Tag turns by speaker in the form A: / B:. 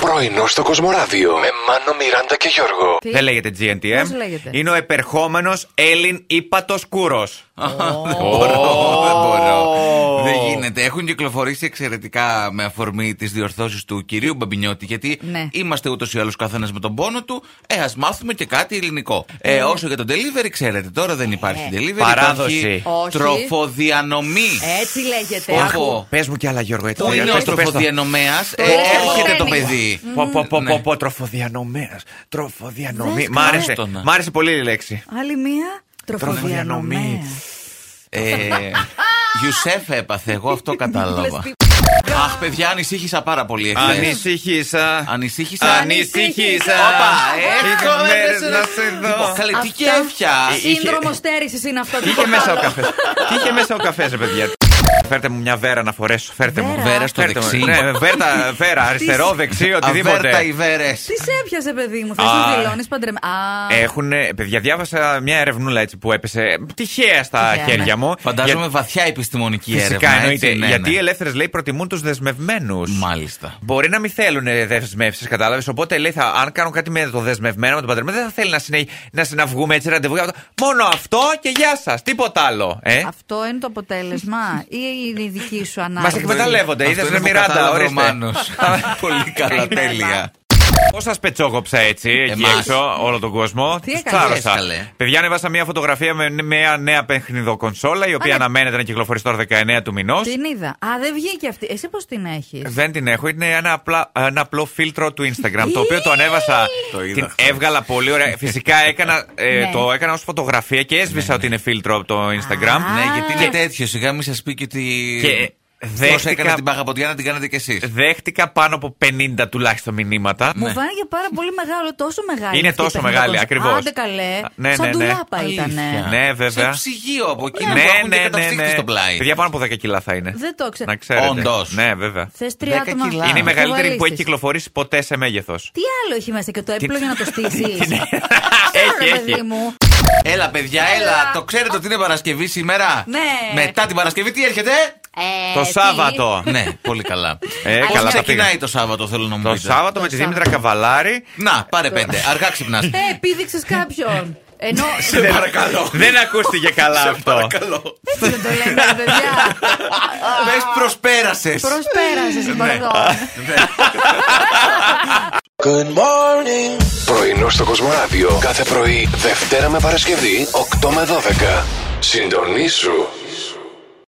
A: Πρωινό στο Κοσμοράδιο με Μάνο, Μιράντα και Γιώργο.
B: Τι?
C: Δεν λέγεται GNTM.
B: Πώς λέγεται?
C: Είναι ο επερχόμενος Έλλην ύπατο κούρο.
D: Δεν μπορώ, δεν μπορώ. Δεν γίνεται. Έχουν κυκλοφορήσει εξαιρετικά με αφορμή τις διορθώσεις του κυρίου Μπαμπινιώτη. Γιατί
B: Ναι.
D: είμαστε ούτως ή άλλως καθένας με τον πόνο του. Ε, ας μάθουμε και κάτι ελληνικό. Ε, όσο για τον delivery, ξέρετε, τώρα δεν υπάρχει delivery.
C: Παράδοση.
D: υπάρχει
B: Όχι.
D: Τροφοδιανομή.
B: Έτσι λέγεται.
D: Αχ,
B: Άκου.
D: Πω.
C: Πες μου κι άλλα, Γιώργο. Έτσι.
D: Πού
C: Πες
D: είναι
C: το,
D: ο
C: πες το.
D: τροφοδιανομέας,
B: Τροφοδρένει.
D: ε, έρχεται το παιδί.
C: Πω, πω, πω,
D: Ναι.
C: πω, πω, τροφοδιανομέας. Τροφοδιανομή.
B: Βρες,
C: Μ' άρεσε.
D: καλά.
C: Μ' άρεσε πολύ η λέξη.
B: Άλλη μία τροφοδιανομή.
C: Τροφοδιανομή.
D: Ε, Ιουσέφ έπαθε, εγώ αυτό κατάλαβα. Αχ, παιδιά, ανησύχησα πάρα πολύ εχθές.
C: Ανησυχήσα.
D: Ανησύχησα.
C: Ανησυχήσα.
D: Όπα, έρχομαι
C: Είχαμε
D: δεν ε. σε-
C: να σε δω.
D: Λοιπόν, Καλέ, τι
B: Αυτά-
D: κέφια.
B: Σύνδρομος στέρησης είναι αυτό.
C: Τι Ε, είχε μέσα ο καφές. Τι είχε μέσα ο καφές, ρε παιδιά. Φέρτε μου μια βέρα να φορέσω. Φέρτε μου.
B: Βέρα. Βέρα
D: στο
C: Φέρτε μου.
D: δεξί.
C: Ναι, βέρτα- Βέρα, αριστερό, δεξί, οτιδήποτε.
D: Αβέρτα οι βέρες.
B: Τις σε έπιασε, παιδί μου, θες
C: Α. Ε,
B: να δηλώνει παντρεμένο. Α,
C: Έχουν, παιδιά, διάβασα μια ερευνούλα έτσι που έπεσε τυχαία στα
B: Τυχαία, ναι.
C: χέρια μου.
D: Φαντάζομαι
C: Για-
D: βαθιά επιστημονική έρευνα.
C: Φυσικά
D: έτσι,
C: εννοείται.
D: ναι,
C: γιατί
D: ναι.
C: οι ελεύθερες λέει προτιμούν τους δεσμευμένους.
D: Μάλιστα.
C: Μπορεί να μην θέλουν δεσμεύσεις, κατάλαβες. Οπότε λέει, θα, αν κάνουν κάτι με το δεσμευμένο, με τον παντρεμένο, δεν θα θέλει να, συνε, να συναυγούμε έτσι ραντεβού. για αυτό. Μόνο αυτό και γεια σας. Τίποτα άλλο. Ε?
B: Αυτό είναι το αποτέλεσμα ή είναι η δική σου
C: Μας
B: ανάγκη.
C: εκμεταλλεύονται.
D: Αυτό
C: Είδες
D: είναι
C: Λοιπόν, με
D: που
C: Μιράντα,
D: κατάλαβε ο
C: ορίστε.
D: Μάνος. Πολύ καλά, τέλεια.
C: Πώς σας πετσόγοψα έτσι εκεί
D: Εμάς.
C: έξω όλο τον κόσμο.
B: Τι
C: Τους
B: έκανες?
C: τσάρωσα.
D: Καλέ.
C: Παιδιά, ανέβασα μια φωτογραφία με μια νέα παιχνιδοκονσόλα η οποία
B: Α, ναι.
C: αναμένεται να κυκλοφορήσει τώρα 19 του μηνός.
B: Την είδα. Α, δεν βγήκε αυτή. Εσύ πώς την έχεις.
C: Δεν την έχω. Είναι ένα, απλά, ένα απλό φίλτρο του Instagram το οποίο το ανέβασα.
D: Το είδα
C: την
D: χθες.
C: έβγαλα πολύ ωραία. Φυσικά έκανα, ε,
B: Ναι.
C: το έκανα ως φωτογραφία και έσβησα ότι είναι φίλτρο από το Instagram.
B: Α.
D: Ναι, γιατί είναι
B: Και-
D: τέτοιος. Σιγά μην σας πει και ότι.
C: Και
D: Πώ
C: δέχτηκα-
D: έκανες την παγαποντιά να την κάνετε κι εσείς.
C: Δέχτηκα πάνω από 50 τουλάχιστον μηνύματα.
B: Μου φάνηκε πάρα πολύ μεγάλο, τόσο μεγάλη.
C: ναι. Είναι
B: αυτή η
C: τόσο
B: παιχνιδοκονσόλα.
C: μεγάλη, ακριβώς.
B: Άντε καλέ.
C: Α, ναι,
B: Σαν
C: ναι, ναι.
B: ντουλάπα ήταν.
D: Αλήθεια.
C: Ναι, βέβαια.
D: Σε ψυγείο από
C: Ναι,
D: εκεί που έχουν και καταψύχτη στο πλάι.
C: Παιδιά πάνω από 10 κιλά θα είναι.
B: Δεν το ξέρω.
C: Να ξέρετε.
D: Όντως.
C: Ναι, βέβαια.
B: Θες τρία
D: 10
B: άτομα.
D: κιλά.
C: Είναι η μεγαλύτερη που έχει
B: Βουαλίστης.
C: κυκλοφορήσει ποτέ σε μέγεθος.
B: Τι άλλο έχει μέσα και το έπιπλο για να το στήσει.
C: Έχει, έχει.
B: μου.
D: Έλα, παιδιά, έλα. Το ξέρετε ότι είναι Παρασκευή σήμερα.
B: Ναι.
D: Μετά την Παρασκευή τι έρχεται.
B: Ε,
C: Το
B: τι?
C: Σάββατο.
D: ναι, πολύ καλά.
C: Ε,
D: Πώς
C: καλά τα
D: ξεκινάει
C: πήγα.
D: το Σάββατο, θέλω να μου
C: Το
D: πείτε.
C: Σάββατο με τη
B: Σάββατο.
C: Δήμητρα Καβαλάρη.
D: Να, πάρε πέντε. Αργά ξυπνάς.
B: Ε, επίδειξες κάποιον. Ενώ.
D: Σε παρακαλώ.
C: Δεν ακούστηκε καλά αυτό.
D: Παρακαλώ.
B: Έτσι δεν το λέμε, ρε παιδιά.
C: Ναι.
D: Πες προσπέρασες.
B: Προσπέρασες, σε παρακαλώ.
A: Πρωινό στο Κοσμοράδιο κάθε πρωί, Δευτέρα με Παρασκευή, 8 με 12. Συντονίσου